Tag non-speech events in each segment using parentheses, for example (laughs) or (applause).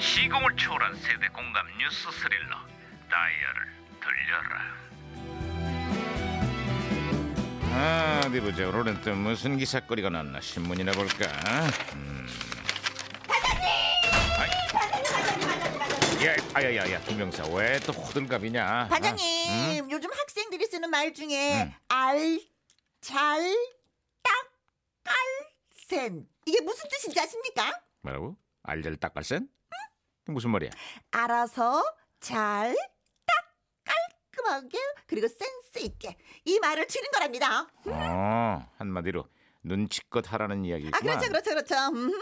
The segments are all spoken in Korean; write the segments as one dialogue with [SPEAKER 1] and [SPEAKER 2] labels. [SPEAKER 1] 시공을 초월한 세대 공감 뉴스 스릴러 다이얼을 돌려라 아, 어디 보자 오늘은 또 무슨 기사거리가 났나 신문이나 볼까 음. 아이. 야, 아야야야 김병사 왜 또 호들갑이냐 아,
[SPEAKER 2] 반장님 요즘 학생들이 쓰는 말 중에 알, 잘, 딱, 깔, 센 이게 무슨 뜻인지 아십니까?
[SPEAKER 1] 뭐라고? 알절 닦갈센? 무슨 말이야?
[SPEAKER 2] 알아서 잘, 딱, 깔끔하게 그리고 센스 있게 이 말을 치는 거랍니다
[SPEAKER 1] 어, 한마디로 눈치껏 하라는
[SPEAKER 2] 아
[SPEAKER 1] 이야기구나
[SPEAKER 2] 그렇죠 네? 그렇죠 그렇죠 음,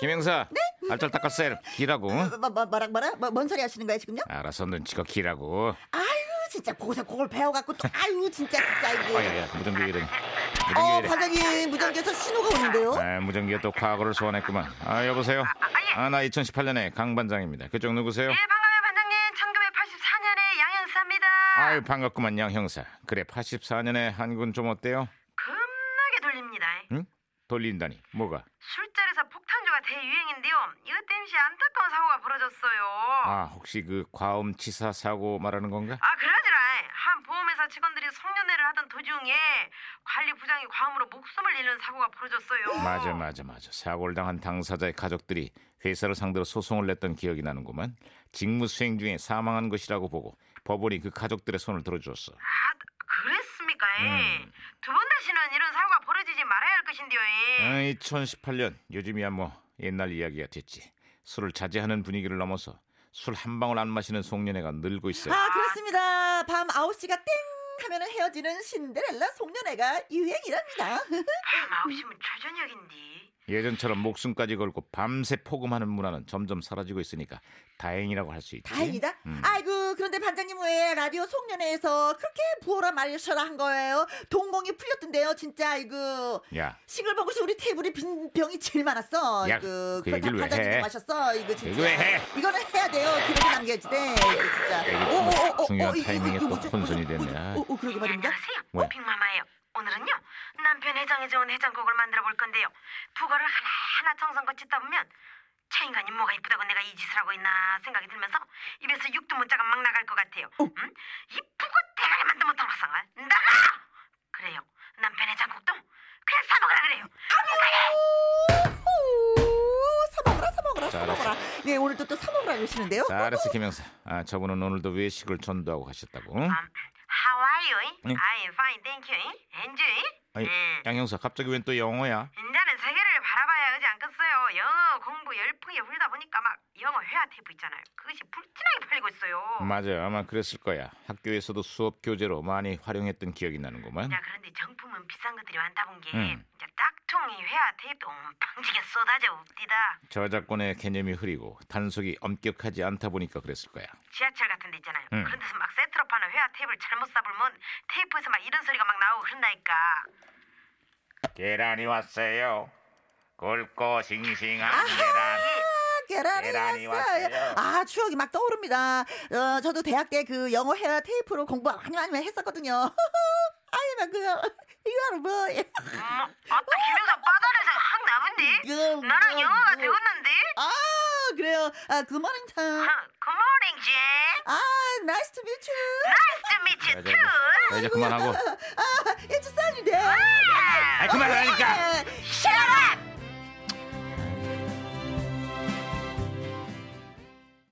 [SPEAKER 1] 김영사 알절 닦갈센 기라고
[SPEAKER 2] 뭐, 뭐, 뭐라 뭐라 뭐, 뭔 소리 하시는 거예요 지금요?
[SPEAKER 1] 알아서 눈치껏 기라고
[SPEAKER 2] 아유 진짜 거기서 그걸 배워갖고 (laughs) 또 아유 진짜 진짜 이게
[SPEAKER 1] 아야야 무전기 왜 이래 무전기 왜
[SPEAKER 2] 어
[SPEAKER 1] 이래
[SPEAKER 2] 반장님 무전기에서 신호가 오는데요
[SPEAKER 1] 아, 무전기가 또 과거를 소환했구만 아 여보세요 아나 2018년에 강 반장입니다 그쪽 누구세요?
[SPEAKER 3] 예, 반가워요, 반장님. 1984년에 양현사입니다.
[SPEAKER 1] 아유 반갑구만 양 형사 그래 84년에 한군 좀 어때요?
[SPEAKER 3] 겁나게 돌립니다.
[SPEAKER 1] 응? 돌린다니 뭐가?
[SPEAKER 3] 술자리에서 폭탄주가 대유행인데요. 이것 땜시 안타까운 사고가 벌어졌어요. 아,
[SPEAKER 1] 아 혹시 그 과음치사 사고 말하는 건가?
[SPEAKER 3] 그러지라. 한 보험회사 직원들이 성년회를 하던 도중에 관리 부장이 과음으로 목숨을 잃는 사고가 벌어졌어요.
[SPEAKER 1] 맞아 맞아 맞아 사고를 당한 당사자의 가족들이 회사를 상대로 소송을 냈던 기억이 나는구만 직무 수행 중에 사망한 것이라고 보고 법원이 그 가족들의 손을 들어줬어
[SPEAKER 3] 아, 그랬습니까? 예.
[SPEAKER 1] 음.
[SPEAKER 3] 두 번 다시는 이런 사고가 벌어지지 말아야 할 것인데요. 예.
[SPEAKER 1] 아, 2018년 요즘이야 뭐 옛날 이야기가 됐지 술을 자제하는 분위기를 넘어서 술 한 방울 안 마시는 송년회가 늘고 있어요
[SPEAKER 2] 아 그렇습니다. 밤 9시가 땡 하면 헤어지는 신데렐라 송년회가 유행이랍니다.
[SPEAKER 1] (laughs)
[SPEAKER 3] 밤 9시면 초저녁인데.
[SPEAKER 1] 예전처럼 목숨까지 걸고 밤새 포금하는 문화는 점점 사라지고 있으니까 다행이라고 할 수 있지
[SPEAKER 2] 다행이다.
[SPEAKER 1] 음.
[SPEAKER 2] 아이고 그런데 반장님 왜 라디오 송년회에서 그렇게 부어라 말셔라 한 거예요? 동공이 풀렸던데요 진짜 아이고.
[SPEAKER 1] 야
[SPEAKER 2] 싱글벙글에서 우리 테이블에 빈 병이 제일 많았어.
[SPEAKER 1] 예. 야,
[SPEAKER 2] 이거
[SPEAKER 1] 그 얘기를 왜
[SPEAKER 2] 반장님도
[SPEAKER 1] 해?
[SPEAKER 2] 마셨어. 이거 진짜.
[SPEAKER 1] 이거 왜 해? 아,
[SPEAKER 2] 이거는 해야 돼요. 기록에 남겨야지 돼. 이거 진짜.
[SPEAKER 1] 이거
[SPEAKER 2] 오, 오, 오, 오,
[SPEAKER 1] 중요한
[SPEAKER 2] 오, 이거,
[SPEAKER 1] 타이밍에
[SPEAKER 2] 이거
[SPEAKER 1] 또
[SPEAKER 2] 뭐죠?
[SPEAKER 1] 혼선이
[SPEAKER 2] 뭐죠?
[SPEAKER 1] 됐네.
[SPEAKER 2] 뭐죠? 오, 오, 그러게 말입니다.
[SPEAKER 3] 안녕하세요.
[SPEAKER 1] 왜?
[SPEAKER 3] 오핑마마예요. 오늘은요 남편 해장에 좋은 해장국을 만들어 볼 건데요. 북어를 하나하나 정성껏 찢다 보면 저 인간이 뭐가 이쁘다고 내가 이 짓을 하고 있나 생각이 들면서 입에서 육두 문자가 막 나갈 것 같아요.
[SPEAKER 2] 어.
[SPEAKER 3] 음? 이 북어 대가리 만도 못하고 상을 나가! 그래요. 남편 해장국도 그냥 사 먹으라 그래요.
[SPEAKER 2] 사먹으라 사먹으라
[SPEAKER 1] 잘했어.
[SPEAKER 2] 사먹으라 네 오늘도 또 사먹으라 그러시는데요
[SPEAKER 1] 잘했어 김영사 아 저분은 오늘도 외식을 전도하고 가셨다고 응?
[SPEAKER 3] 음, How are you?
[SPEAKER 1] 네.
[SPEAKER 3] I'm fine, thank you. Enjoy.
[SPEAKER 1] 아니,
[SPEAKER 3] 음.
[SPEAKER 1] 양 형사 갑자기 웬 또 영어야?
[SPEAKER 3] 인자는 세계를 바라봐야 하지 않겠어요. 영어 공부 열풍에 홀다 보니까 막 영어 회화 테이프 있잖아요. 그것이 불티나게 팔리고 있어요.
[SPEAKER 1] 맞아 아마 그랬을 거야 학교에서도 수업 교재로 많이 활용했던 기억이 나는구만
[SPEAKER 3] 야 그런데 정품은 비싼 것들이 많다 본 게
[SPEAKER 1] 음.
[SPEAKER 3] 이제 딱총이 회화 테이프 엉팡지게 쏟아져 옵디다.
[SPEAKER 1] 저작권의 개념이 흐리고 단속이 엄격하지 않다 보니까 그랬을 거야
[SPEAKER 3] 지하철 같은 데 있잖아요.
[SPEAKER 1] 음.
[SPEAKER 3] 그런 데서 막 세트로 파는 회화 테이프를 잘못 사불면 테이프에서 막 이런 소리가 막 나오고 그런다니까.
[SPEAKER 1] 계란이 왔어요 굵고
[SPEAKER 3] 아.
[SPEAKER 1] 싱싱한 계란 계란이
[SPEAKER 2] 아, 계란이 왔어요
[SPEAKER 1] 왔어요.
[SPEAKER 2] 아 추억이 막 떠오릅니다 어, 저도 대학 때 그 영어 회화 테이프로 공부 많이 많이 했었거든요 (laughs) 아이 막그 이거 뭐
[SPEAKER 3] 음, 아따 김영사 빠다려서 확 나는데?
[SPEAKER 2] 이거
[SPEAKER 3] 나랑
[SPEAKER 2] 뭐,
[SPEAKER 3] 영어가
[SPEAKER 2] 뭐.
[SPEAKER 3] 되었는데? 어,
[SPEAKER 2] 아 그래요 아 굿모닝 타임
[SPEAKER 3] 굿모닝 제.
[SPEAKER 2] 아 나이스 투 미츠 (laughs)
[SPEAKER 3] 나이스 미치 투.
[SPEAKER 1] 자, 이제 그만하고
[SPEAKER 2] 아 it's Sunday
[SPEAKER 1] 아 그만하라니까
[SPEAKER 2] 예,